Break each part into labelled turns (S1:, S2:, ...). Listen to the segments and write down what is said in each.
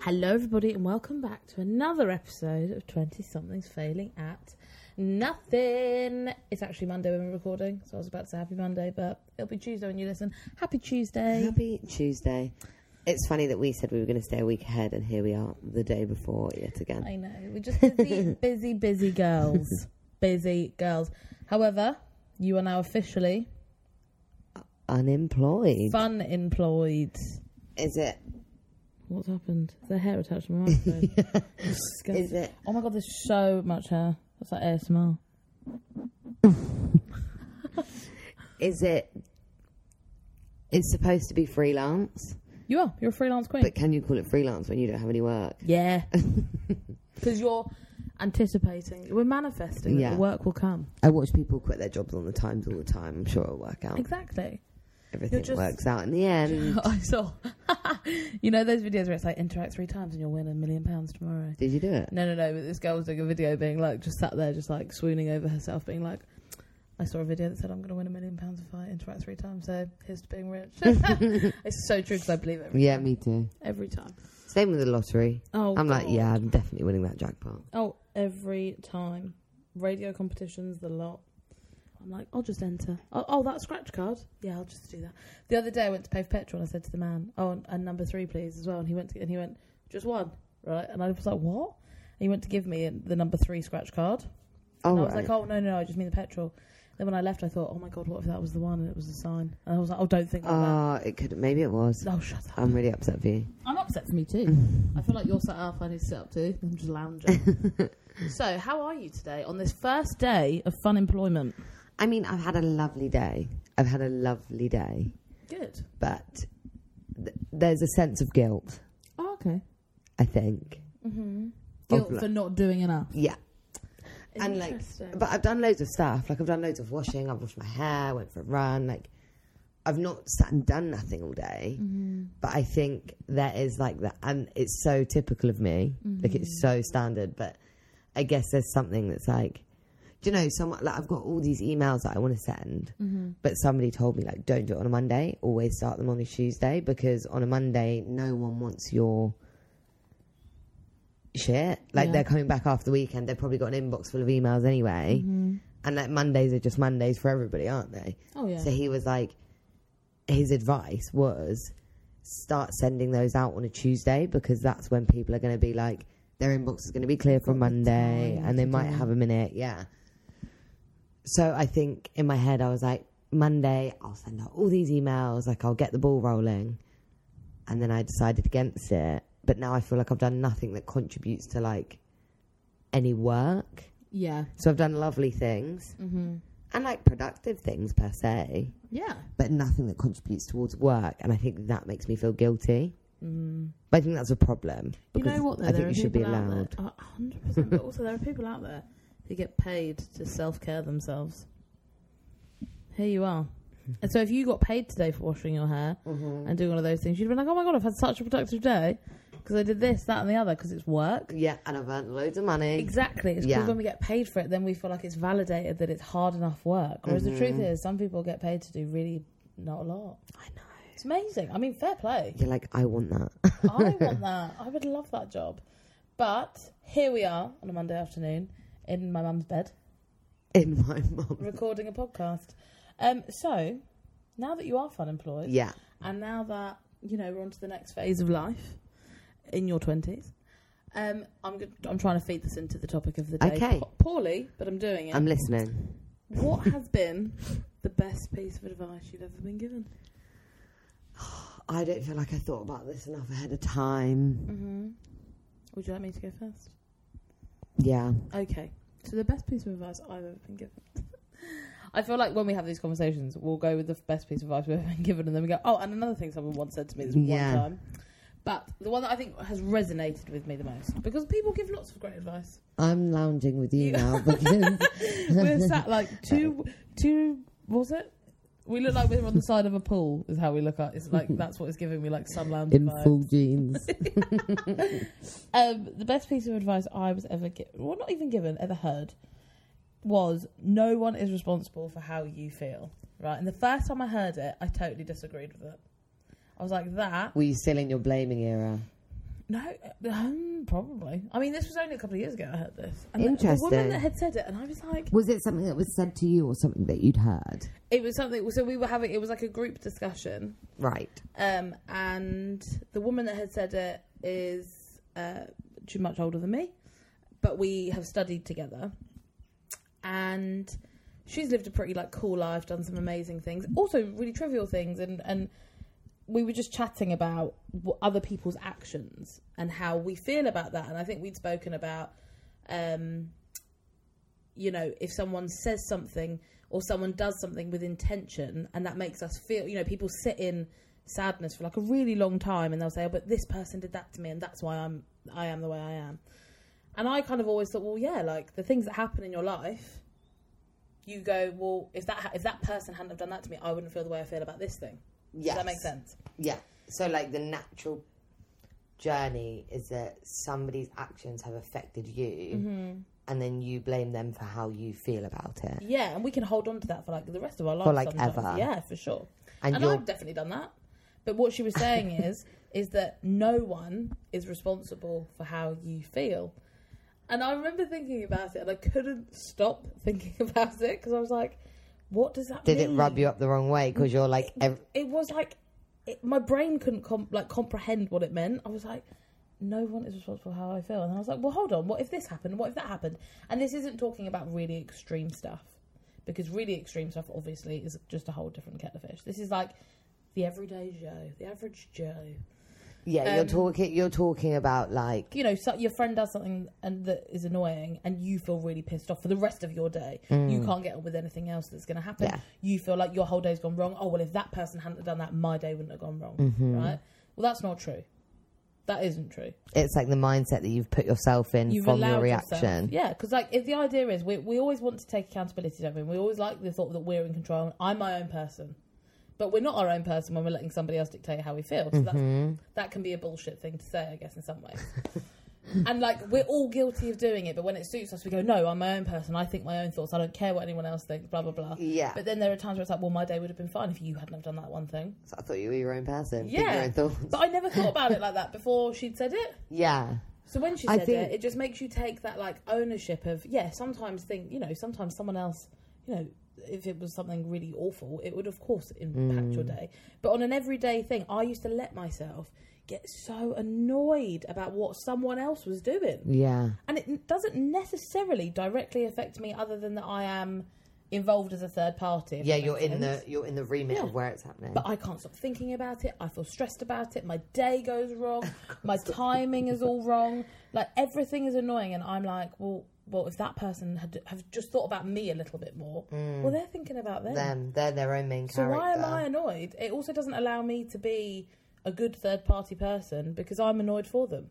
S1: Hello, everybody, and welcome back to another episode of 20 Something's Failing at Nothing. It's actually Monday when we're recording, so I was about to say Happy Monday, but it'll be Tuesday when you listen. Happy Tuesday.
S2: Happy Tuesday. It's funny that we said we were going to stay a week ahead, and here we are the day before yet again.
S1: I know, we're just busy, busy, busy girls. busy girls. However, you are now officially
S2: Unemployed.
S1: fun employed.
S2: Is it?
S1: What's happened? Their hair attached to my microphone. Disgusting.
S2: Is it?
S1: Oh my god, there's so much hair. That's like ASMR.
S2: Is it? It's supposed to be freelance,
S1: You are. You're a freelance queen.
S2: but can you call it freelance when you don't have any work?
S1: Yeah. Because you're anticipating, we're manifesting that
S2: Yeah.
S1: the work will come.
S2: I watch people quit their jobs on the times all the time. I'm sure it'll work out.
S1: Exactly.
S2: Everything
S1: just-
S2: works out in the end.
S1: I saw. you know those videos where it's like interact three times and you'll win a million pounds tomorrow.
S2: Did you do it?
S1: No, no, no. But this girl was doing a video, being like, just sat there, just like swooning over herself, being like, I saw a video that said I'm going to win a million pounds if I interact three times. So here's to being rich. it's so true because I believe it every,
S2: Yeah, me too.
S1: every time.
S2: Same with the lottery.
S1: Oh,
S2: I'm like,
S1: God.
S2: yeah, I'm definitely winning that jackpot.
S1: Oh, every time. Radio competitions, the lot. I'm like, I'll just enter. Oh, oh, that scratch card? Yeah, I'll just do that. The other day I went to pay for petrol and I said to the man, oh, and, and number three, please, as well. And he went to, and he went, just one, right? And I was like, what? And he went to give me the number three scratch card.
S2: Oh,
S1: and I was
S2: right.
S1: like, oh, no, no, no, I just mean the petrol. Then when I left, I thought, oh my God, what if that was the one and it was a sign? And I was like, oh, don't think like
S2: Ah, it could. Maybe it was.
S1: that. Oh, shut up.
S2: I'm really upset for you.
S1: I'm upset for me
S2: Mm-hmm.
S1: too. I feel like you're set up. I need to sit up too. I'm just lounging. so, how are you today on this first day of fun employment?
S2: I mean, I've had a lovely day. I've had a lovely day,
S1: Good.
S2: but th- there's a sense of guilt,
S1: Oh, okay.
S2: I think.
S1: Mm-hmm.
S2: Guilt
S1: Guilt
S2: Of like-
S1: for not doing enough.
S2: Yeah. Oh, And, like, But I've done loads of stuff. Like, I've done loads of washing. I've washed my hair, went for a run. Like, I've not sat and done nothing all day.
S1: Mm-hmm.
S2: But I think there is like that. And it's so typical of me. Like, it's so standard. But I guess there's something that's like, do you know, someone, like, I've got all these emails that I want to send.
S1: Mm-hmm.
S2: But somebody told me, like, don't do it on a Monday. Always start them on a Tuesday because on a Monday, no one wants your shit. Like,
S1: Yeah.
S2: they're coming back after the weekend. They've probably got an inbox full of emails anyway. And, like, Mondays are just Mondays for everybody, aren't they?
S1: Mm-hmm. Oh yeah.
S2: So he was like, his advice was start sending those out on a Tuesday because that's when people are going to be like, their inbox is going to be clear for
S1: the
S2: Monday
S1: time
S2: and they
S1: to
S2: might
S1: do it.
S2: have a minute. Yeah. So I think in my head, I was like, Monday, I'll send out all these emails, like, I'll get the ball rolling. And then I decided against it. But now I feel like I've done nothing that contributes to like any work.
S1: yeah.
S2: So I've done lovely things
S1: Mm-hmm.
S2: and like productive things per se
S1: Yeah.
S2: but nothing that contributes towards work. And I think that makes me feel guilty.
S1: Mm.
S2: But I think that's a problem.
S1: You
S2: Because
S1: know what? Though?
S2: I
S1: there
S2: think
S1: are
S2: you should be
S1: people out there-
S2: allowed.
S1: A hundred percent. But also, there are people out there who get paid to self-care themselves. Here you are.
S2: Mm-hmm.
S1: And so, if you got paid today for washing your hair, and doing all of those things, you'd be like, oh my god, I've had such a productive day because I did this, that, and the other because it's work.
S2: Yeah, and I've earned loads of money.
S1: Exactly. It's
S2: Yeah.
S1: because when we get paid for it, then we feel like it's validated that it's hard enough work. Whereas the truth is, some people get paid to do really not a lot.
S2: I know.
S1: It's amazing. I mean, fair play.
S2: You're like, I want that.
S1: I want that. I would love that job. But here we are on a Monday afternoon in my mum's bed
S2: In my mum.
S1: recording a podcast. Um, so now that you are fun employed,
S2: Yeah.
S1: And now that, you know, we're on to the next phase of life in your 20s, um, I'm, go- I'm trying to feed this into the topic of the day.
S2: Okay.
S1: Po- poorly, but I'm doing it.
S2: I'm listening.
S1: what has been the best piece of advice you've ever been given?
S2: I don't feel like I thought about this enough ahead of time.
S1: Mm-hmm. Would you like me to go first?
S2: Yeah.
S1: Okay. So the best piece of advice I've ever been given. I feel like when we have these conversations, we'll go with the best piece of advice we've ever been given, and then we go, oh, and another thing someone once said to me this
S2: Yeah.
S1: one time. But the one that I think has resonated with me the most, because people give lots of great advice.
S2: I'm lounging with you
S1: You-
S2: now because
S1: we're sat like two, two, what was it? We look like we're on the side of a pool, is how we look at It's like, that's what it's giving me, like some lounge
S2: in
S1: vibe.
S2: full jeans.
S1: Um, the best piece of advice I was ever given, well, not even given, ever heard, was no one is responsible for how you feel, right? And the first time I heard it, I totally disagreed with it. I was like, that.
S2: Were you still in your blaming era?
S1: No, um, probably. I mean, this was only a couple of years ago I heard this. And the- The woman
S2: Interesting.
S1: that had said it, and I was like,
S2: Was it something that was said to you or something that you'd heard?
S1: it was something. So we were having, it was like a group discussion,
S2: Right.
S1: um, and the woman that had said it is uh, too much older than me, but we have studied together, and she's lived a pretty like cool life, done some amazing things, also really trivial things, and and we were just chatting about what other people's actions and how we feel about that, and I think we'd spoken about. Um, you know, if someone says something or someone does something with intention and that makes us feel, you know, people sit in sadness for like a really long time and they'll say, oh, but this person did that to me and that's why I'm, I am the way I am. And I kind of always thought, well, yeah, like the things that happen in your life, you go, well, if that, ha- if that person hadn't have done that to me, I wouldn't feel the way I feel about this thing.
S2: Yes.
S1: Does that make sense?
S2: Yeah. So like the natural journey is that somebody's actions have affected you and then you blame them for how you feel about it.
S1: Mm-hmm. Yeah. And we can hold on to that for like the rest of our lives.
S2: like,
S1: sometimes.
S2: ever.
S1: Yeah, for sure.
S2: And,
S1: and
S2: you're
S1: I've definitely done that. But what she was saying is, is that no one is responsible for how you feel. And I remember thinking about it, and I couldn't stop thinking about it because I was like, "What does that
S2: did
S1: mean?"
S2: it rub you up the wrong way because you're like ev-
S1: It was like it, my brain couldn't comp- like comprehend what it meant. I was like, "No one is responsible for how I feel," and I was like, "Well, hold on. What if this happened? What if that happened?" And this isn't talking about really extreme stuff because really extreme stuff obviously is just a whole different kettle of fish. This is like the everyday Joe, the average Joe.
S2: yeah
S1: Um,
S2: you're talking you're talking about like
S1: You know, so your friend does something and that is annoying, and you feel really pissed off for the rest of your day. You can't get on with anything else that's going to happen.
S2: Yeah.
S1: You feel like your whole day's gone wrong. Oh well, if that person hadn't have done that, my day wouldn't have gone wrong, right? Well, that's not true. That isn't true.
S2: it's like the mindset that you've put yourself in
S1: You've
S2: from
S1: allowed
S2: your
S1: Yourself.
S2: reaction.
S1: Yeah, because like if the idea is we we always want to take accountability, don't we? We always like the thought that we're in control. and I'm my own person, but we're not our own person when we're letting somebody else dictate how we feel. So
S2: Mm-hmm.
S1: that's, that can be a bullshit thing to say, I guess, in some ways. and like we're all guilty of doing it, but when it suits us, we go, "No, I'm my own person. I think my own thoughts. I don't care what anyone else thinks." Blah blah blah.
S2: Yeah.
S1: But then there are times where it's like, "Well, my day would have been fine if you hadn't have done that one thing."
S2: So I thought you were your own person. think
S1: Yeah.
S2: Your own thoughts.
S1: But I never thought about it like that before she'd said it.
S2: Yeah.
S1: So when she
S2: I
S1: said
S2: think-
S1: it, it just makes you take that like ownership of yeah. Sometimes think you know. Sometimes someone else you know. If it was something really awful, it would of course impact your
S2: Mm.
S1: day. But on an everyday thing, I used to let myself get so annoyed about what someone else was doing,
S2: Yeah.
S1: and it n- doesn't necessarily directly affect me, other than that I am involved as a third party. if
S2: Yeah,
S1: that
S2: you're
S1: makes
S2: in
S1: sense.
S2: the you're in the remit
S1: Yeah.
S2: of where it's happening.
S1: But I can't stop thinking about it. I feel stressed about it. My day goes wrong. My timing is all wrong. Like everything is annoying, and I'm like, well, well, if that person had have just thought about me a little bit more, well, they're thinking about them.
S2: Them, they're Mm. their own main
S1: so
S2: character.
S1: why am I annoyed? It also doesn't allow me to be a good third party person because I'm annoyed for them.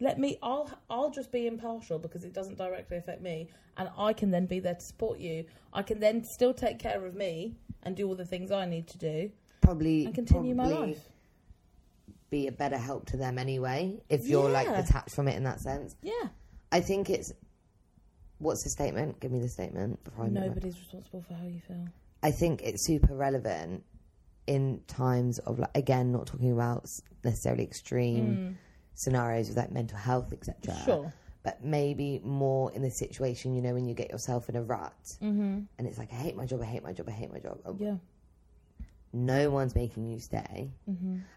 S1: Let me. I'll. I'll just be impartial because it doesn't directly affect me, and I can then be there to support you. I can then still take care of me and do all the things I need to do
S2: probably
S1: and continue my
S2: probably
S1: life.
S2: Be a better help to them anyway if you're like
S1: Yeah.
S2: detached from it in that sense.
S1: Yeah.
S2: I think it's what's the statement? Give me the statement before I know. it.
S1: Nobody's responsible for how you feel.
S2: I think it's super relevant in times of like again not talking about s- necessarily extreme scenarios with like mental health etc.
S1: Hmm. Sure.
S2: But maybe more in the situation, you know, when you get yourself in a rut
S1: Mm-hmm.
S2: and it's like, I hate my job, I hate my job, I hate my job. and
S1: Yeah.
S2: no one's making you stay.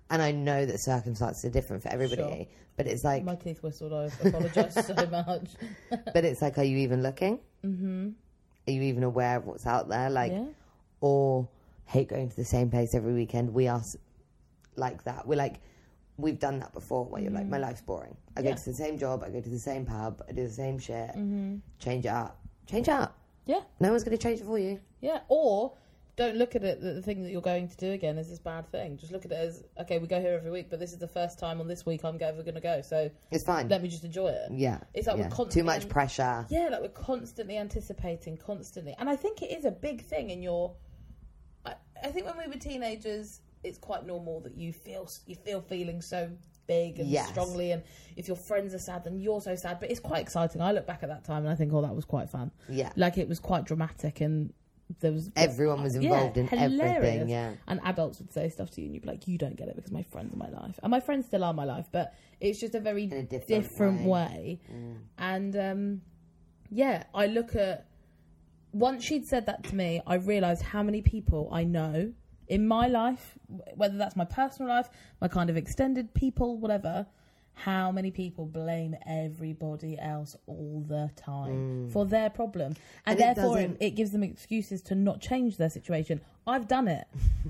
S2: And I know that circumstances are different for everybody,
S1: Mm-hmm. Sure.
S2: but it's like,
S1: My teeth whistled. I apologise so much.
S2: but it's like, are you even looking? Mm-hmm. Are you even aware of what's out there? Like,
S1: yeah.
S2: or hate going to the same place every weekend. We are s- like that. We're like, we've done that before where you're like, my life's boring. I
S1: Mm. Yeah. Mm.
S2: go to the same job, I go to the same pub, I do the same shit.
S1: Mm-hmm.
S2: Change it up. Change it up.
S1: Yeah.
S2: No one's going to change it for you.
S1: Yeah. Or don't look at it that the thing that you're going to do again is this bad thing. Just look at it as okay, we go here every week, but this is the first time on this week I'm ever going to go. So
S2: It's fine.
S1: let me just enjoy it.
S2: yeah.
S1: It's like we're
S2: yeah. Too
S1: constantly-
S2: much pressure.
S1: Yeah, like we're constantly anticipating, constantly. And I think it is a big thing in your. I, I think when we were teenagers, it's quite normal that you feel you feel feeling so big and
S2: Yes.
S1: strongly, and if your friends are sad, then you're so sad. But it's quite exciting. I look back at that time and I think, oh, that was quite fun.
S2: Yeah.
S1: Like it was quite dramatic and there was
S2: Everyone was involved in everything.
S1: hilarious.
S2: Yeah.
S1: And adults would say stuff to you, and you'd be like, "You don't get it because my friends are my life, and my friends still are my life, but it's just a very
S2: In a different, Mm.
S1: different, way." And um, yeah, I look at once she'd said that to me, I realised how many people I know in my life, wh- whether that's my personal life, my kind of extended people, whatever. How many people blame everybody else all the time for their problem, and,
S2: Mm. And it
S1: therefore it,
S2: doesn't-
S1: it gives them excuses to not change their situation. I've done it,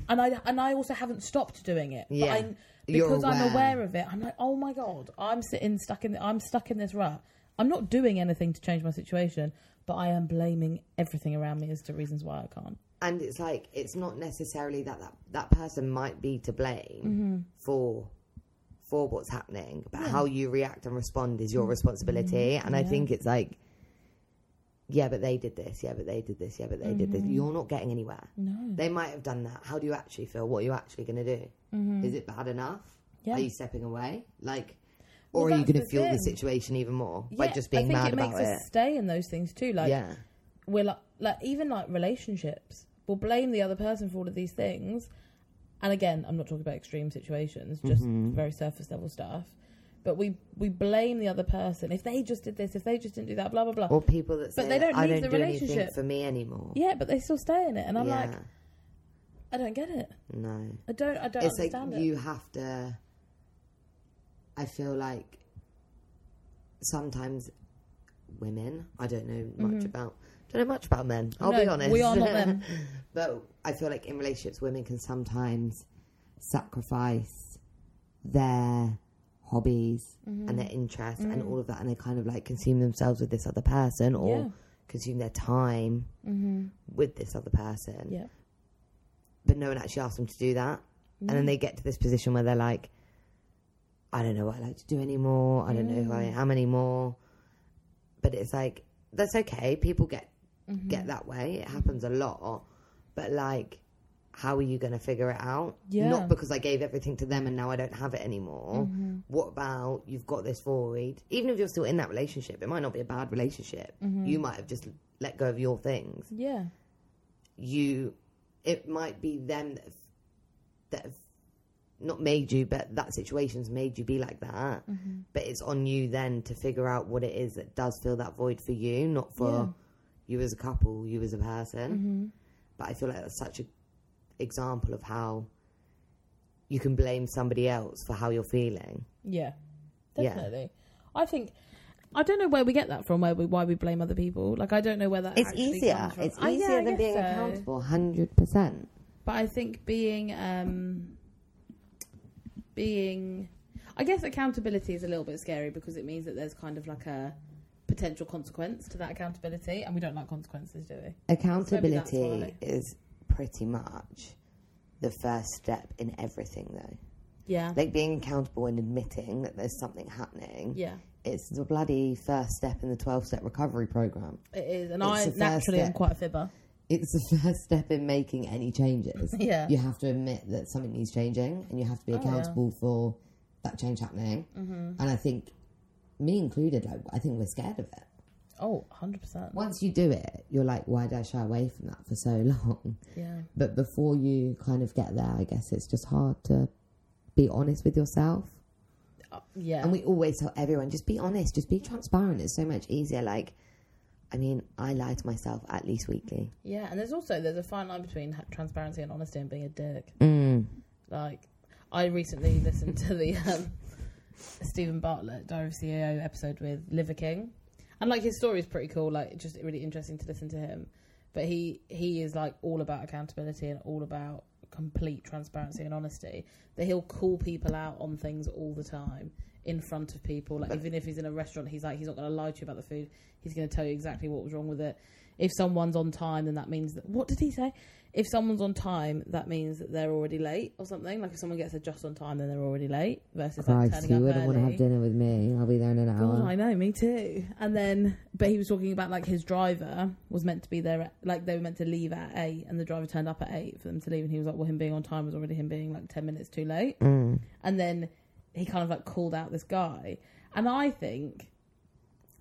S1: and I and I also haven't stopped doing it. But
S2: Yeah.
S1: I,
S2: You're
S1: because I'm
S2: aware.
S1: aware of it. I'm like, oh my god, I'm sitting stuck in. I'm stuck in this rut. I'm not doing anything to change my situation, but I am blaming everything around me as to reasons why I can't.
S2: and it's like it's not necessarily that that, that person might be to blame
S1: Mm-hmm.
S2: for for what's happening but how you react and respond is
S1: Mm-hmm.
S2: your responsibility and i think it's like yeah but they did this yeah but they did this yeah but they did
S1: Mm-hmm.
S2: this you're not getting anywhere
S1: No.
S2: they might have done that how do you actually feel what are you actually going to do is it bad enough
S1: Mm-hmm. Yeah.
S2: are you stepping away like
S1: Well,
S2: or are you
S1: that's
S2: going to
S1: the
S2: fuel the
S1: thing.
S2: situation even more by just being
S1: I think
S2: mad
S1: it makes
S2: about it
S1: us stay in those things too. Like
S2: yeah
S1: we're like, like even like relationships we'll blame the other person for all of these things and again i'm not talking about extreme situations just
S2: Mm-hmm.
S1: very surface level stuff but we we blame the other person if they just did this if they just didn't do that blah blah blah
S2: or people that say
S1: they don't
S2: i
S1: leave
S2: don't
S1: the
S2: do anything
S1: relationship.
S2: for me anymore
S1: yeah but they still stay in it and i'm
S2: yeah.
S1: like i don't get it
S2: no
S1: i don't i don't
S2: it's like
S1: understand it
S2: you have to i feel like sometimes women i don't know much about don't know much about men i'll be
S1: Mm-hmm. No,
S2: honest
S1: we are not them.
S2: but i feel like in relationships women can sometimes sacrifice their hobbies
S1: Mm-hmm.
S2: and their interests and all of that and they kind of like consume themselves with this other person or
S1: Yeah.
S2: consume their time
S1: Mm-hmm.
S2: with this other person
S1: yeah
S2: but no one actually asked them to do that. And
S1: Mm.
S2: then they get to this position where they're like, I don't know what I like to do anymore. I don't know who
S1: Mm.
S2: I am anymore. But it's like that's okay. People get
S1: Mm-hmm. Mm.
S2: get that way. It happens a lot. But like, how are you going to figure it out?
S1: Yeah. Mm.
S2: Not because I gave everything to them and now I don't have it
S1: Mm-hmm.
S2: anymore. What about you've got this void? Even if you're still in that relationship, it might not be a bad relationship.
S1: Mm.
S2: You might have just let go of your things
S1: Mm-hmm. yeah
S2: you it might be them that have, that have not made you but that situation's made you be like that
S1: Mm-hmm.
S2: but it's on you then to figure out what it is that does fill that void for you not for
S1: Yeah.
S2: you as a couple you as a person but i feel like that's such a example of how you can blame somebody else for how you're feeling
S1: Yeah,
S2: Yeah.
S1: definitely. I think I don't know where we get that from. Where we why we blame other people? Like I don't know where that.
S2: it's
S1: actually
S2: easier
S1: comes from.
S2: it's
S1: I- yeah,
S2: easier
S1: I
S2: than
S1: guess
S2: being
S1: so.
S2: accountable 100%
S1: But I think being um, being, I guess accountability is a little bit scary because it means that there's kind of like a potential consequence to that accountability, and we don't like consequences, do we?
S2: Accountability
S1: why.
S2: is pretty much the first step in everything, though.
S1: Yeah.
S2: Like being accountable and admitting that there's something happening.
S1: Yeah,
S2: It's the bloody first step in the 12 step recovery program.
S1: it is, and
S2: It's
S1: I
S2: the first
S1: naturally am
S2: step.
S1: quite a fibber.
S2: It's the first step in making any changes.
S1: Yeah. Oh,
S2: You have to admit that something needs changing and you have to be
S1: yeah.
S2: accountable for that change happening. Mm-hmm. And I think, me included, like, I think we're scared of it.
S1: Oh, 100 percent.
S2: Once you do it, you're like, why did I shy away from that for so long?
S1: Yeah,
S2: But before you kind of get there, I guess it's just hard to be honest with yourself.
S1: Uh, yeah.
S2: And we always tell everyone just be honest, just be transparent. It's so much easier. Like, I mean, I lie to myself at least weekly.
S1: Yeah, and there's also there's a fine line between ha- transparency and honesty and being a dick. Like, I recently listened to the um, Stephen Bartlett Diary of CEO episode with Liver King, and like his story is pretty cool. Like, it's just really interesting to listen to him. But he he is like all about accountability and all about complete transparency and honesty. That he'll call people out on things all the time in front of people. Like even if he's in a restaurant, he's like he's not going to lie to you about the food. He's going to tell you exactly what was wrong with it. If someone's on time, then that means that what did he say? If someone's on time, that means that they're already late or something. Like if someone gets a just on time, then they're already late. Versus like
S2: Christ,
S1: turning
S2: you
S1: up
S2: wouldn't
S1: early.
S2: want to have dinner with me. I'll be there in an hour.
S1: God, I know, me too. And then, but he was talking about like his driver was meant to be there, at, like they were meant to leave at eight, and the driver turned up at eight for them to leave, and he was like, well, him being on time was already him being like ten minutes too late. And then he kind of like called out this guy, and I think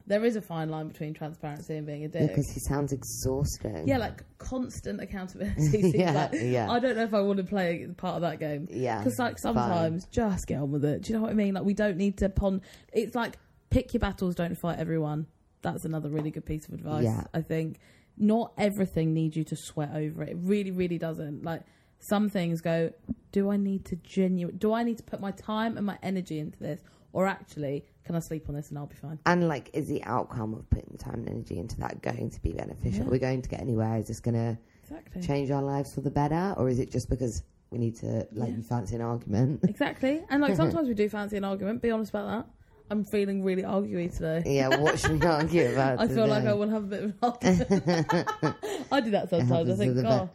S1: There is a fine line between transparency and being a dick.
S2: because he sounds exhausting.
S1: yeah, like constant accountability. seems
S2: Yeah,
S1: like,
S2: yeah.
S1: I don't know if I want to play part of that game.
S2: yeah.
S1: Because like sometimes, just get on with it. Do you know what I mean? Like we don't need to pon. It's like pick your battles, don't fight everyone. That's another really good piece of advice.
S2: Yeah.
S1: I think not everything needs you to sweat over it. It really, really doesn't. Like some things go. Do I need to genuine? Do I need to put my time and my energy into this, or actually can I sleep on this and I'll be fine?
S2: and like, is the outcome of putting the time and energy into that going to be beneficial?
S1: Yeah.
S2: Are we going to get anywhere? Is this going to
S1: Exactly.
S2: change our lives for the better, or is it just because we need to like
S1: Yeah.
S2: you fancy an argument?
S1: Exactly. And
S2: Mm-hmm.
S1: like sometimes we do fancy an argument. Be honest about that. I'm feeling really arguey today.
S2: yeah, what should we argue about?
S1: I feel like I
S2: today?
S1: want to have a bit of an argument. I do that sometimes. I
S2: happens to
S1: think, "Oh,
S2: the
S1: God,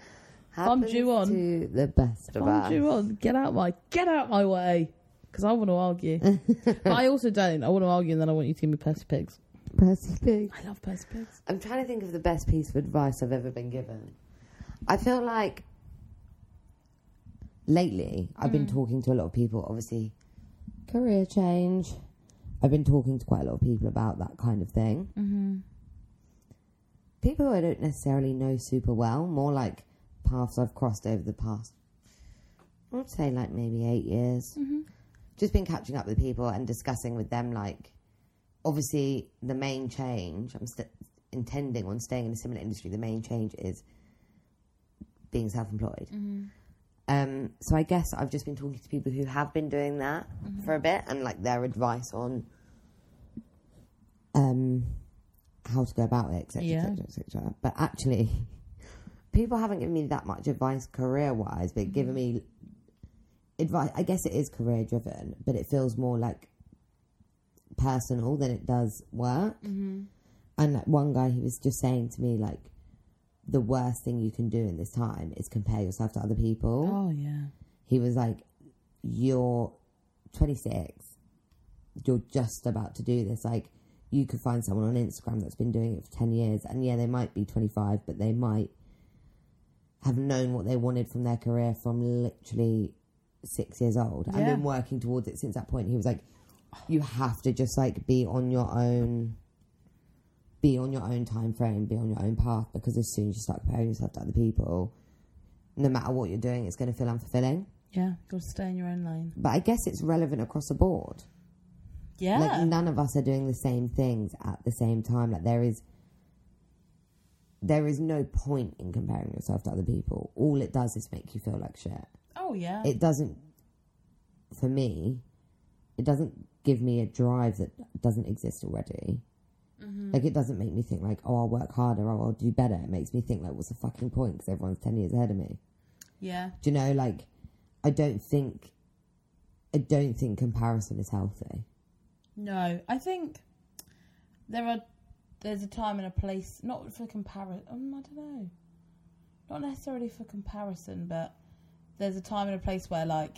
S1: I'm
S2: Happens
S1: due on.
S2: to the best of us.
S1: I'm due on. Get out my get out my way, because I want to argue. but I also don't. I want to argue, and then I want you to give me Percy pigs.
S2: Percy Pig.
S1: I love Percy pigs.
S2: I'm trying to think of the best piece of advice I've ever been given. I feel like lately I've been talking to a lot of people, obviously, career change. I've been talking to quite a lot of people about that kind of thing. Mm-hmm. People who I don't necessarily know super well, more like paths I've crossed over the past, I would say like maybe eight years. Mm-hmm. Just been catching up with people and discussing with them, like, obviously, the main change I'm st- intending on staying in a similar industry, the main change is being self employed. Um, so I guess I've just been talking to people who have been doing that for a bit and like their advice on um, how to go about it, etc.,
S1: Yeah.
S2: etc., etc. But actually, people haven't given me that much advice career wise, but given me advice. I guess it is career driven, but it feels more like personal than it does work. And like one guy, he was just saying to me like. The worst thing you can do in this time is compare yourself to other people
S1: Oh yeah.
S2: he was like, You're 26, you're just about to do this. Like, you could find someone on Instagram that's been doing it for 10 years, and yeah, they might be 25, but they might have known what they wanted from their career from literally six years old and
S1: Yeah.
S2: been working towards it since that point. He was like, You have to just like be on your own. Be on your own time frame, be on your own path, because as soon as you start comparing yourself to other people, no matter what you're doing, it's going to feel unfulfilling
S1: Yeah. You'll stay in your own lane.
S2: but I guess it's relevant across the board.
S1: Yeah.
S2: Like none of us are doing the same things at the same time. Like there is there is no point in comparing yourself to other people. All it does is make you feel like shit.
S1: oh yeah.
S2: It doesn't for me, it doesn't give me a drive that doesn't exist already.
S1: Mm-hmm. Mm.
S2: Like it doesn't make me think like, oh, I'll work harder, oh, I'll do better. It makes me think like, what's the fucking point? Because everyone's ten years ahead of me.
S1: yeah.
S2: Do you know, like, I don't think, I don't think comparison is healthy.
S1: No, I think there are there's a time and a place not for comparison. Um, I don't know, not necessarily for comparison, but there's a time and a place where like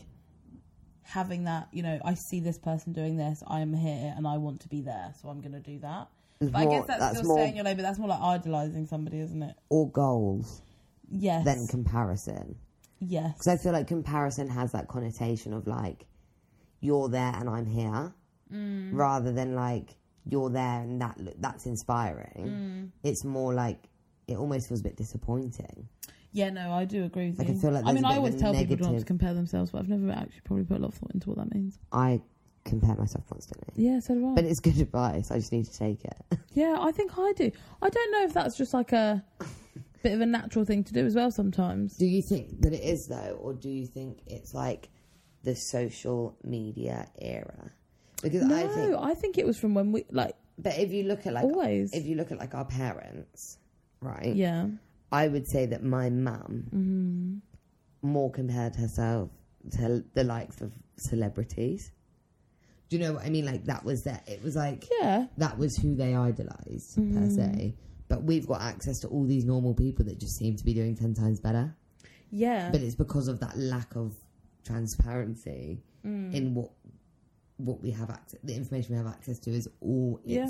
S1: having that, you know, I see this person doing this, I am here, and I want to be there, so I'm going to do that.
S2: It's
S1: But I
S2: more-
S1: guess that's, still
S2: more
S1: staying your lane, but that's more like idolizing somebody, isn't it?
S2: or goals
S1: Yes.
S2: than comparison,
S1: yes.
S2: because I feel like comparison has that connotation of like, you're there and I'm here,
S1: Mm.
S2: rather than like you're there and that lo- that's
S1: Mm.
S2: inspiring. It's more like it almost feels a bit disappointing.
S1: Yeah, no, I do agree with
S2: Like, I
S1: you.
S2: feel like
S1: I mean, I
S2: there's a bit of
S1: always
S2: a
S1: tell people not to
S2: negative-
S1: compare themselves, but I've never actually probably put a lot of thought into what that means.
S2: I compare myself constantly,
S1: Yeah, so do I.
S2: but it's good advice. I just need to take it.
S1: Yeah, I think I do. I don't know if that's just like a bit of a natural thing to do as well sometimes.
S2: Do you think that it is though, or do you think it's like the social media era? Because
S1: No,
S2: I think,
S1: it was from when we like
S2: but if you look at like
S1: always.
S2: if you look at like our parents, right?
S1: yeah, Mm-hmm.
S2: I would say that my mum more compared herself to the likes of celebrities. Do you know what I mean? Like that was that. It was like
S1: yeah,
S2: that was who they idolized
S1: Mm-hmm.
S2: per se. But we've got access to all these normal people that just seem to be doing ten times better.
S1: yeah,
S2: but it's because of that lack of transparency
S1: Mm.
S2: in what what we have access the information we have access to is all it's
S1: Yeah.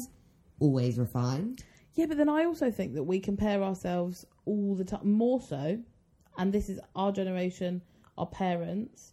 S2: always refined
S1: yeah. But then I also think that we compare ourselves all the time, more so, and this is our generation, our parents,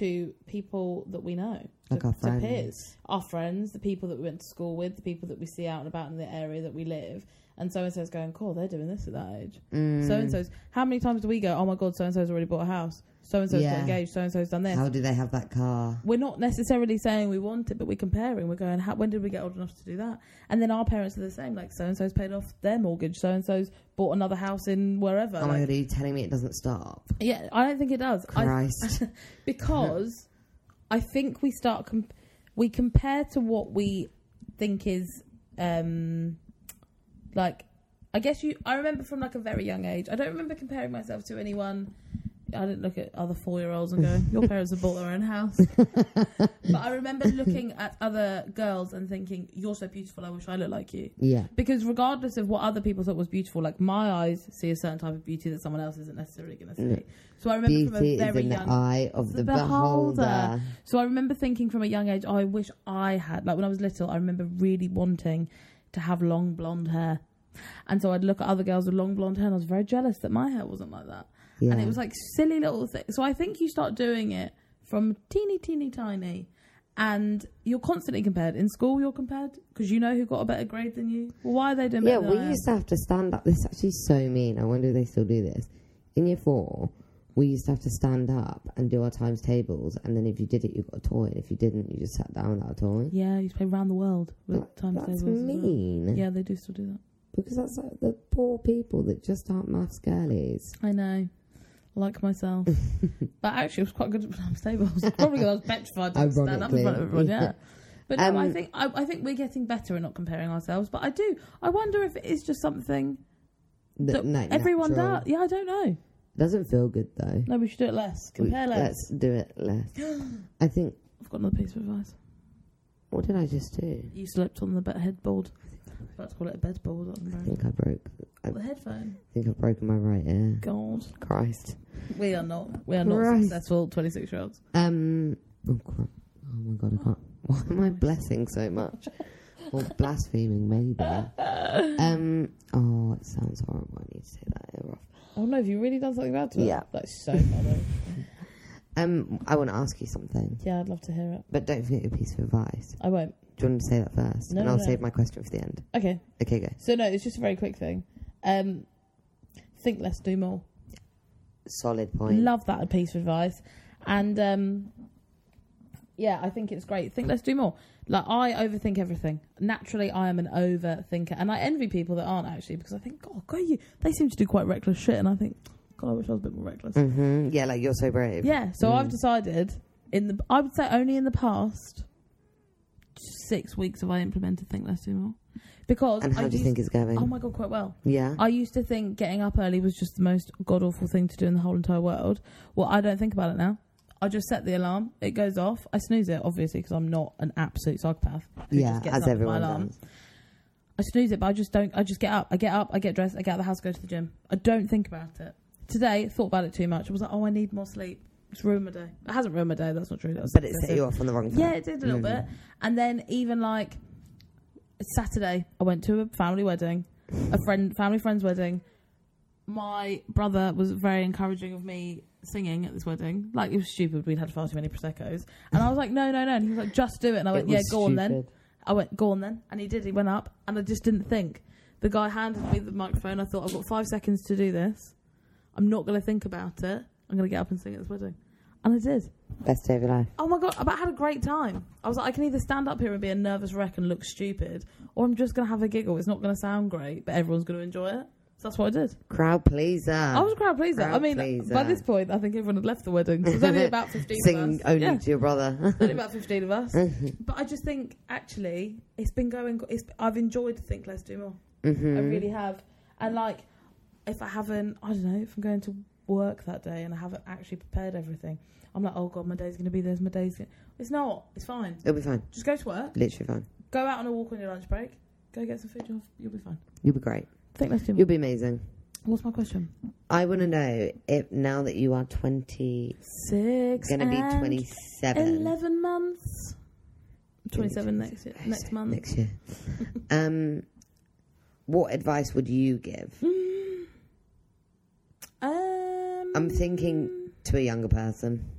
S1: to people that we know,
S2: Like
S1: to,
S2: our
S1: to peers,
S2: friends.
S1: our friends, the people that we went to school with, the people that we see out and about in the area that we live. And so and so's going, cool, they're doing this at that age.
S2: Mm.
S1: So and so's. How many times do we go? Oh my god, so and so's already bought a house. So and so's got
S2: Yeah.
S1: engaged. So and so's done this.
S2: How do they have that car?
S1: we're not necessarily saying we want it, but we're comparing. We're going, how, when did we get old enough to do that? And then our parents are the same. Like so and so's paid off their mortgage. So and so's bought another house in wherever.
S2: oh my
S1: Like,
S2: god, are you telling me it doesn't stop?
S1: yeah, I don't think it does. I
S2: Christ.
S1: because I think we start comp- we compare to what we think is um like I guess you I remember from like a very young age. I don't remember comparing myself to anyone. I didn't look at other four year olds and go, Your parents have bought their own house. but I remember looking at other girls and thinking, You're so beautiful, I wish I looked like you.
S2: yeah.
S1: Because regardless of what other people thought was beautiful, like my eyes see a certain type of beauty that someone else isn't necessarily going to see.
S2: Mm.
S1: So I remember from
S2: Beauty
S1: a
S2: is
S1: very
S2: in the
S1: young
S2: eye of
S1: The
S2: the,
S1: beholder.
S2: beholder.
S1: so I remember thinking from a young age, oh, I wish I had. Like when I was little, I remember really wanting to have long blonde hair. And so I'd look at other girls with long blonde hair and I was very jealous that my hair wasn't like that.
S2: Yeah.
S1: And it was like silly little things. So I think you start doing it from teeny, teeny, tiny. And you're constantly compared. In school, you're compared because you know who got a better grade than you. Well, why are they doing
S2: yeah,
S1: better than
S2: we
S1: I am?
S2: used to have to stand up. This is actually so mean. I wonder if they still do this. In year four, we used to have to stand up and do our times tables, and then if you did it, you got a toy, and if you didn't, you just sat down without a toy.
S1: Yeah, you used to play round the world with
S2: That-
S1: times
S2: that's
S1: tables as well.
S2: mean.
S1: Yeah, they do still do that.
S2: Because that's like the poor people that just aren't maths girlies.
S1: I know. Like myself. but actually, it was quite good at times tables. Probably because I was petrified to stand up in front of
S2: Ironically.
S1: everyone, yeah. But no, I
S2: Um,
S1: think I, I think we're getting better at not comparing ourselves. But I do. I wonder if it is just something
S2: That,
S1: that
S2: like,
S1: everyone
S2: natural.
S1: does. Yeah, I don't know.
S2: Doesn't feel good though.
S1: No, we should do it less.
S2: We-
S1: Compare less.
S2: Let's do it less. I think.
S1: I've got another piece of advice.
S2: What did I just do?
S1: You slept on the bed- headboard. Let's call it a bedboard. I don't
S2: I
S1: know.
S2: think I broke. I
S1: The headphone.
S2: think I've broken my right ear.
S1: God,
S2: Christ.
S1: we are not. We are not
S2: Christ.
S1: successful. Twenty-six year olds.
S2: Um. Oh, crap. oh my god! I can't. Why am I blessing so much? Or blaspheming, maybe. Um. Oh, it sounds horrible. I need to take that ear off.
S1: Oh no, have you really done something bad to us?
S2: Yeah.
S1: That's so funny.
S2: Um. I want to ask you something,
S1: yeah, I'd love to hear it.
S2: but don't forget your piece of advice.
S1: I won't.
S2: Do you want to say that first?
S1: No,
S2: and I'll
S1: no.
S2: save my question for the end.
S1: Okay.
S2: Okay, go.
S1: So no, it's just a very quick thing. Um, think less, do more.
S2: Solid point.
S1: Love that piece of advice, and um, yeah, I think it's great. Think less, do more. Like I overthink everything. Naturally, I am an overthinker, and I envy people that aren't actually because I think, God, go you. They seem to do quite reckless shit, and I think, God, I wish I was a bit more reckless.
S2: hmm Yeah, like you're so brave.
S1: Yeah. So
S2: Mm.
S1: I've decided in the I would say only in the past six weeks have I implemented think less, do more because
S2: And how
S1: I
S2: do you
S1: used-
S2: think it's going?
S1: Oh my God, quite well.
S2: yeah.
S1: I used to think getting up early was just the most god awful thing to do in the whole entire world. Well, I don't think about it now. I just set the alarm. It goes off. I snooze it, obviously, because I'm not an absolute psychopath. who
S2: yeah,
S1: just gets up
S2: as
S1: to my
S2: everyone
S1: alarm.
S2: does.
S1: I snooze it, but I just don't. I just get up. I get up. I get dressed. I get out of the house. Go to the gym. I don't think about it. Today, thought about it too much. I was like, oh, I need more sleep. It's ruined my day. It hasn't ruined my day. That's not true. That was
S2: But it set
S1: excessive.
S2: you off on the wrong foot.
S1: Yeah, it did a little
S2: Mm.
S1: bit. And then even like Saturday, I went to a family wedding, a friend family friend's wedding. My brother was very encouraging of me singing at this wedding. Like it was stupid. We'd had far too many proseccos, and I was like, no, no, no. And he was like, just do it. And I went,
S2: It
S1: yeah,
S2: was
S1: go on then.
S2: stupid.
S1: I went, go on then. And he did. He went up, and I just didn't think. The guy handed me the microphone. I thought, I've got five seconds to do this. I'm not going to think about it. I'm going to get up and sing at this wedding. And I did.
S2: Best day of your life.
S1: Oh my god! But I had a great time. I was like, I can either stand up here and be a nervous wreck and look stupid, or I'm just gonna have a giggle. It's not gonna sound great, but everyone's gonna enjoy it. So that's what I did.
S2: Crowd pleaser.
S1: I was a crowd pleaser.
S2: crowd
S1: I mean,
S2: pleaser.
S1: by this point, I think everyone had left the wedding. There was only about fifteen
S2: Sing
S1: of us.
S2: only
S1: Yeah,
S2: to your brother. Mm-hmm.
S1: only about fifteen of us. but I just think actually, it's been going. It's, I've enjoyed Think Less Do More.
S2: hmm
S1: I really have. And like, if I haven't, I don't know, if I'm going to work that day and I haven't actually prepared everything, I'm like, oh god, my day's going to be this. My day's. Gonna... It's not. It's fine.
S2: It'll be fine.
S1: Just go to work.
S2: Literally fine.
S1: Go out on a walk on your lunch break. Go get some food. You'll, you'll be fine.
S2: You'll be great.
S1: I think that's too
S2: You'll be amazing.
S1: What's my question?
S2: I want to know if now that you are 20,
S1: Six.
S2: going to be
S1: and
S2: 27.
S1: Eleven months. Twenty-seven next year,
S2: Oh,
S1: next
S2: sorry,
S1: month.
S2: Next year. um, what advice would you give
S1: um,
S2: I'm thinking- to a younger person?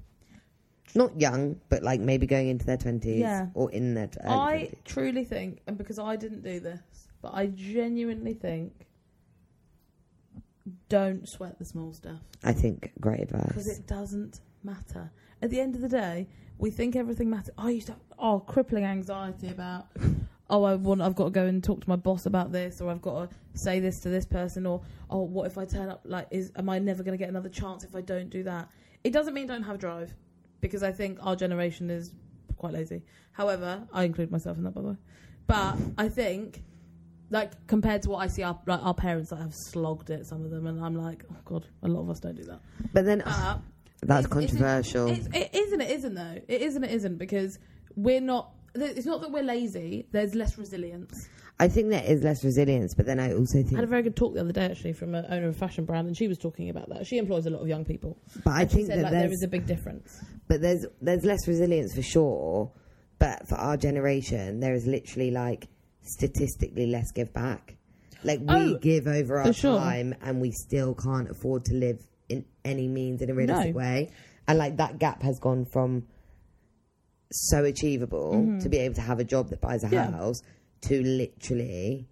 S2: Not young, but like maybe going into their 20s
S1: Yeah.
S2: or in their early
S1: I
S2: 20s.
S1: truly think, and because I didn't do this, but I genuinely think, don't sweat the small stuff
S2: I think great
S1: because
S2: advice.
S1: it doesn't matter. At the end of the day, we think everything matters. I used to have oh crippling anxiety about oh I want I've got to go and talk to my boss about this or I've got to say this to this person or oh what if I turn up like is am I never going to get another chance if I don't do that? It doesn't mean don't have drive because I think our generation is quite lazy. However, I include myself in that by the way. But I think like compared to what I see our like our parents that have slogged it some of them and I'm like oh god a lot of us don't do that.
S2: But then
S1: But
S2: that's
S1: it's-
S2: controversial.
S1: It's, it isn't. It isn't though. It isn't. It isn't because we're not. It's not that we're lazy. There's less resilience.
S2: I think there is less resilience, but then I also
S1: I had a
S2: think.
S1: very good talk the other day actually from an owner of a fashion brand, and she was talking about that. She employs a lot of young people.
S2: But I
S1: And she
S2: think
S1: said
S2: that
S1: like
S2: there's,
S1: there is a big difference.
S2: but there's there's less resilience for sure. But for our generation, there is literally like statistically less give back. Like we
S1: Oh,
S2: give over
S1: for
S2: our
S1: sure.
S2: time, and we still can't afford to live in any means in a realistic
S1: No.
S2: way. And like that gap has gone from so achievable to be able to have a job that buys a
S1: Mm-hmm. Yeah.
S2: house to literally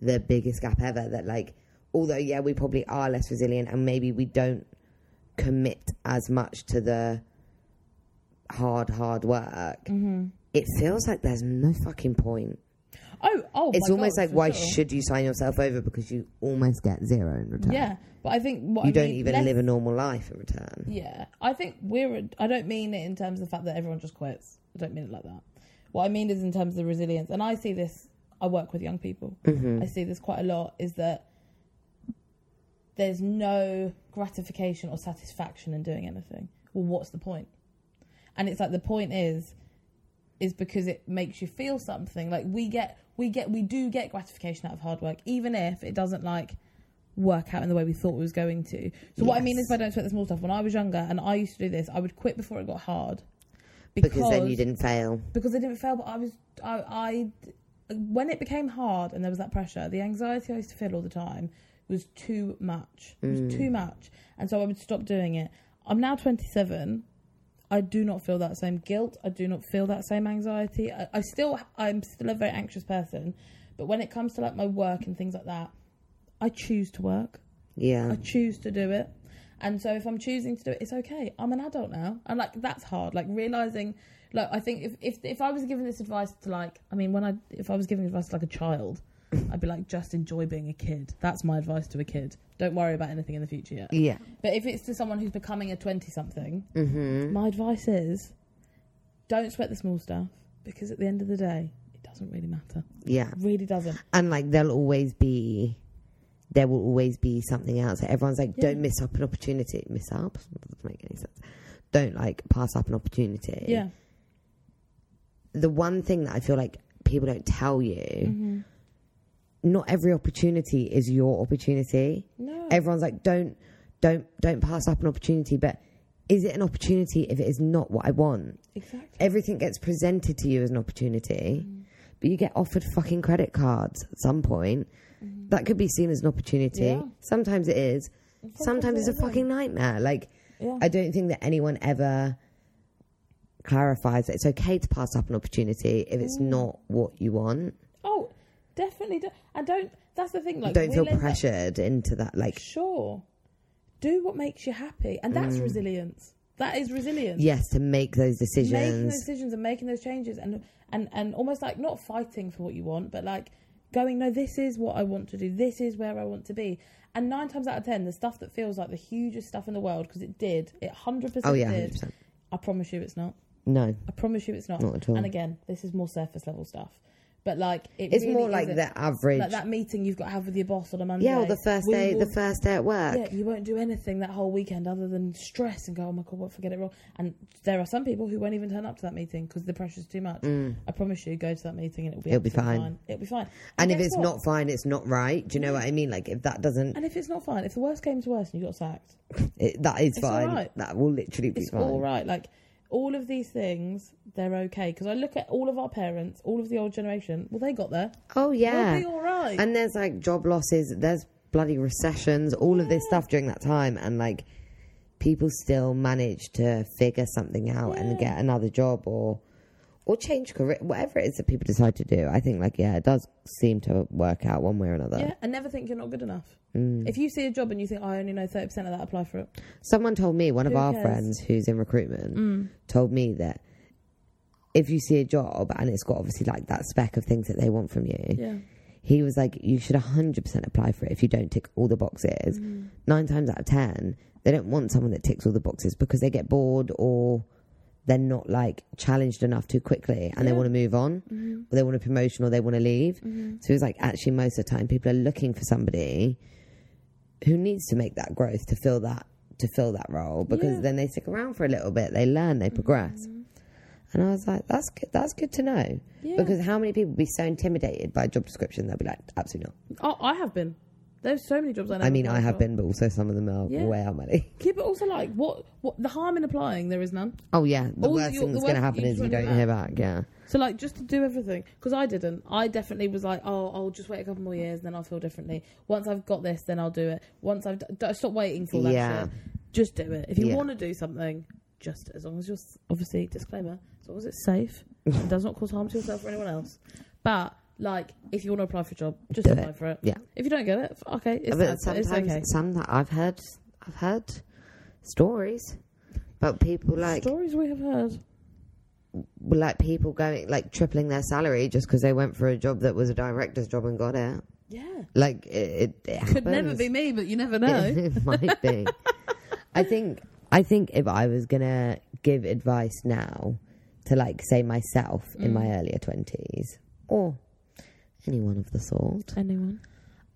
S2: the biggest gap ever that like although yeah we probably are less resilient and maybe we don't commit as much to the hard hard work
S1: Mm-hmm.
S2: it feels like there's no fucking point
S1: Oh, oh,
S2: it's
S1: my
S2: almost
S1: God,
S2: like
S1: for
S2: why
S1: sure.
S2: should you sign yourself over because you almost get zero in return
S1: Yeah, but I think what
S2: you
S1: I
S2: don't
S1: mean-
S2: even
S1: less-
S2: live a normal life in return
S1: Yeah, I think we're. I don't mean it in terms of the fact that everyone just quits. I don't mean it like that. What I mean is in terms of the resilience, and I see this. I work with young people.
S2: Mm-hmm.
S1: I see this quite a lot. Is that there's no gratification or satisfaction in doing anything. Well, what's the point? And it's like the point is, is because it makes you feel something. Like we get, we get, we do get gratification out of hard work, even if it doesn't like work out in the way we thought it was going to. So what I mean
S2: Yes.
S1: is, if I don't sweat the small stuff. When I was younger and I used to do this, I would quit before it got hard
S2: because, then you didn't fail
S1: because I didn't fail, but I was I, I when it became hard and there was that pressure, the anxiety I used to feel all the time was too much. It was too much, and so I would stop doing it. I'm now 27. I do not feel that same guilt. I do not feel that same anxiety. I, I still I'm still a very anxious person, but when it comes to like my work and things like that, I choose to work.
S2: yeah
S1: I choose to do it. And so if I'm choosing to do it, it's okay. I'm an adult now. And like that's hard. Like realizing like I think if if if I was giving this advice to like I mean when I if I was giving advice to like a child, I'd be like just enjoy being a kid. That's my advice to a kid. Don't worry about anything in the future yet.
S2: yeah
S1: But if it's to someone who's becoming a 20 something,
S2: Mm. Mm-hmm.
S1: my advice is don't sweat the small stuff because at the end of the day, it doesn't really matter.
S2: yeah
S1: It really doesn't.
S2: and like there'll always be there will always be something else Like, everyone's like
S1: Yeah.
S2: don't miss up an opportunity miss up doesn't make any sense don't like pass up an opportunity
S1: Yeah.
S2: the one thing that i feel like people don't tell you
S1: Mm-hmm.
S2: not every opportunity is your opportunity
S1: No.
S2: everyone's like don't don't don't pass up an opportunity but is it an opportunity if it is not what i want
S1: exactly. Mm.
S2: everything gets presented to you as an opportunity, but you get offered fucking credit cards at some point. That could be seen as an opportunity.
S1: Mm-hmm. Yeah.
S2: Sometimes it is.
S1: Sometimes
S2: Sometimes it's
S1: it
S2: a fucking nightmare. Like,
S1: Yeah.
S2: I don't think that anyone ever clarifies that it's okay to pass up an opportunity if it's
S1: Mm.
S2: not what you want.
S1: Oh, definitely. Do- and don't. That's the thing. Like,
S2: don't
S1: we'll
S2: feel
S1: end up-
S2: pressured into that. Like,
S1: Sure, do what makes you happy, and
S2: Mm.
S1: that's resilience. That is resilience.
S2: yes, to make those
S1: Making
S2: decisions.
S1: those decisions and making those changes, and and and almost like not fighting for what you want, but like going, no, this is what I want to do. This is where I want to be. And nine times out of ten, the stuff that feels like the hugest stuff in the world, because it did, it hundred percent
S2: oh, yeah,
S1: did.
S2: 100%.
S1: I promise you, it's not.
S2: No.
S1: I promise you, it's not.
S2: Not at all.
S1: And again, this is more surface level stuff. But like, it
S2: It's
S1: really
S2: more like
S1: isn't.
S2: the average.
S1: Like that meeting you've got to have with your boss on a Monday.
S2: yeah, or the first
S1: We
S2: day,
S1: will-
S2: the first day at work.
S1: yeah, you won't do anything that whole weekend other than stress and go, oh my god, what if I get it wrong? And there are some people who won't even turn up to that meeting because the pressure's too much. I promise you, go to that meeting and it'll be
S2: Mm. It'll be
S1: absolutely
S2: fine.
S1: It'll be fine.
S2: And if
S1: guess
S2: it's
S1: what? Mm.
S2: not fine, it's not right. Do you know what I mean? Like if that doesn't,
S1: and if it's not fine, if the worst came to worst and you got sacked,
S2: it, that is
S1: all
S2: fine.
S1: right.
S2: That will literally be
S1: it's
S2: fine.
S1: all right. Like all of these things, they're okay because I look at all of our parents, all of the old generation. Well, they got there.
S2: Oh yeah,
S1: We'll be all right.
S2: and there's like job losses. There's bloody recessions. All of this stuff during that time, and like people still manage to figure something out and get another job or or change career, whatever it is that people decide to do. I think like yeah, it does seem to work out one way or another.
S1: Yeah, and never think you're not good enough.
S2: Mm.
S1: If you see a job and you think, "Oh, I only know 30% of that, apply for it.
S2: Someone told me, one of
S1: Who
S2: our
S1: cares?
S2: friends who's in recruitment,
S1: Mm.
S2: told me that if you see a job and it's got obviously like that spec of things that they want from you,
S1: Yeah.
S2: he was like, you should 100% apply for it if you don't tick all the
S1: Mm.
S2: boxes.
S1: Mm-hmm.
S2: Nine times out of 10, they don't want someone that ticks all the boxes because they get bored or they're not like challenged enough too quickly and they
S1: Yeah.
S2: want to move on
S1: Mm-hmm.
S2: or they want a promotion or they want to leave. So it's like actually most of the time people are looking for somebody who needs to make that growth to fill that to fill that role because
S1: Yeah. Mm-hmm.
S2: then they stick around for a little bit, they learn, they progress. And I was like, that's good, that's good to know
S1: Yeah.
S2: because how many people would be so intimidated by a job description they'll be like, absolutely not.
S1: Oh, I have been. There's so many jobs I know.
S2: I mean, I have been, but also some of them are
S1: Yeah.
S2: way out money.
S1: Keep it also like what what the harm in applying there is none.
S2: Oh yeah, the
S1: All
S2: worst
S1: your-
S2: thing
S1: the
S2: that's going to
S1: worst-
S2: happen
S1: you
S2: is
S1: just
S2: you
S1: wanna
S2: don't
S1: know
S2: hear back. Yeah,
S1: So like just to do everything because I didn't. I definitely was like, oh, I'll just wait a couple more years, and then I'll feel differently. Once I've got this, then I'll do it. Once I've d- d- stop waiting for that
S2: Yeah.
S1: shit. Just do it. If you
S2: Yeah.
S1: want to do something, just as long as you're s- obviously disclaimer, as long as it's safe, and does not cause harm to yourself or anyone else. But like, if you want to apply for a job, just
S2: Do
S1: apply
S2: it.
S1: for it.
S2: Yeah.
S1: If you don't get it, f- okay, it's,
S2: but
S1: it's,
S2: sometimes
S1: it's okay.
S2: some that I've heard, I've heard stories about people like
S1: Stories we have heard.
S2: like people going like tripling their salary just because they went for a job that was a director's job and got it.
S1: Yeah.
S2: Like it, it, it
S1: Could never
S2: happens.
S1: be me, but you never know.
S2: it might be. I think I think if I was gonna give advice now to like say myself in my earlier twenties or anyone of the sort,
S1: Anyone?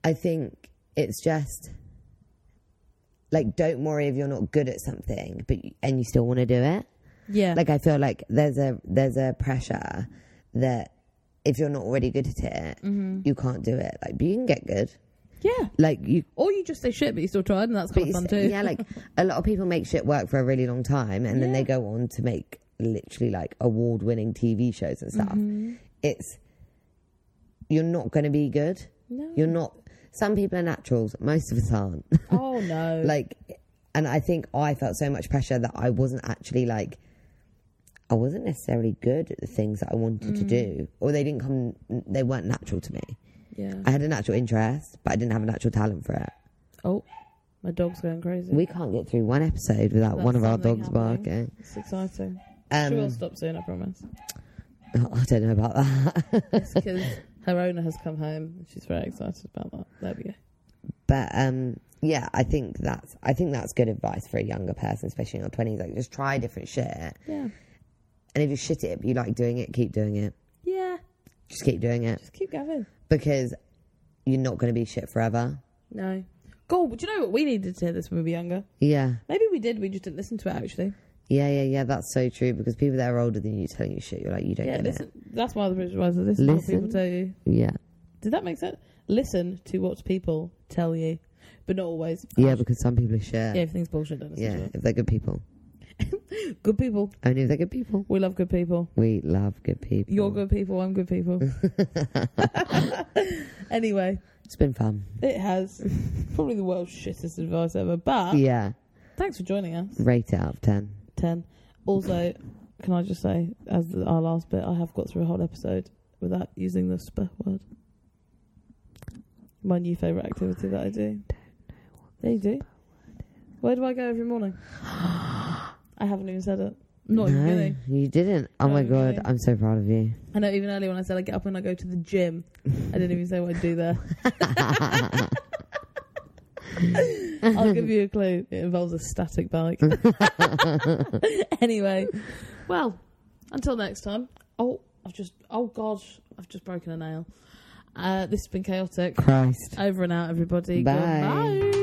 S2: I think it's just like don't worry if you're not good at something, but and you still want to do it
S1: Yeah.
S2: like I feel like there's a there's a pressure that if you're not already good at it, you can't do it. Like, but you can get good.
S1: Mm-hmm. yeah.
S2: Like you,
S1: Or you just say shit, but you still tried, and that's
S2: but
S1: kind of fun
S2: you-
S1: too.
S2: yeah. Like a lot of people make shit work for a really long time, and then
S1: Yeah.
S2: they go on to make literally like award winning TV shows and stuff.
S1: Mm-hmm.
S2: It's you're not going to be good.
S1: No.
S2: You're not. Some people are naturals. Most of us aren't.
S1: oh no.
S2: like and i think i felt so much pressure that i wasn't actually like i wasn't necessarily good at the things that i wanted
S1: Mm.
S2: to do or they didn't come they weren't natural to me
S1: yeah.
S2: i had a natural interest but i didn't have a natural talent for it
S1: oh, my dog's going crazy.
S2: we can't get through one episode without
S1: That's
S2: one of our
S1: something
S2: dogs
S1: happening. It's exciting. she will
S2: barking
S1: stop soon, I promise.
S2: um, i don't know about that
S1: Because her owner has come home. and She's very excited about that. There we go.
S2: but um yeah i think that's i think that's good advice for a younger person especially in your 20s like just try different shit and
S1: Yeah.
S2: if you shit it but you like doing it keep doing it
S1: Yeah.
S2: just keep doing it
S1: Just keep going.
S2: because you're not going to be shit forever.
S1: No. God, do you know what? We needed to hear this when we were younger.
S2: Yeah,
S1: Maybe we did, we just didn't listen to it actually.
S2: yeah, yeah, yeah. That's so true because people that are older than you telling you shit, you're like, you don't
S1: Yeah,
S2: get
S1: listen,
S2: it.
S1: that's one of the reasons why I said listen to what people
S2: Listen.
S1: tell you.
S2: Yeah,
S1: Did that make sense? Listen to what people tell you, but not always.
S2: yeah,
S1: Actually,
S2: because some people are shit.
S1: yeah
S2: Yeah,
S1: everything's bullshit. Don't listen to
S2: if they're good people,
S1: it. Good people.
S2: only if they're good people.
S1: We love good people.
S2: We love good people.
S1: You're good people. I'm good people. anyway,
S2: It's been fun.
S1: it has probably the world's shittest advice ever. But
S2: yeah,
S1: thanks for joining us.
S2: rate it out of ten.
S1: Ten. Also, can I just say, as the, our last bit, I have got through a whole episode without using the swear word. My new favorite activity that I do. There you do. Where do I go every morning? I haven't even said it. Not even really.
S2: you didn't. Oh
S1: Not
S2: my
S1: even
S2: god,
S1: kidding.
S2: I'm so proud of you.
S1: I know even earlier when I said I get up and I go to the gym, I didn't even say what I do there. I'll give you a clue. It involves a static bike. anyway, well, until next time. Oh, I've just, oh God, I've just broken a nail. Uh, this has been chaotic.
S2: Christ.
S1: Over and out, everybody.
S2: Bye.
S1: Goodbye.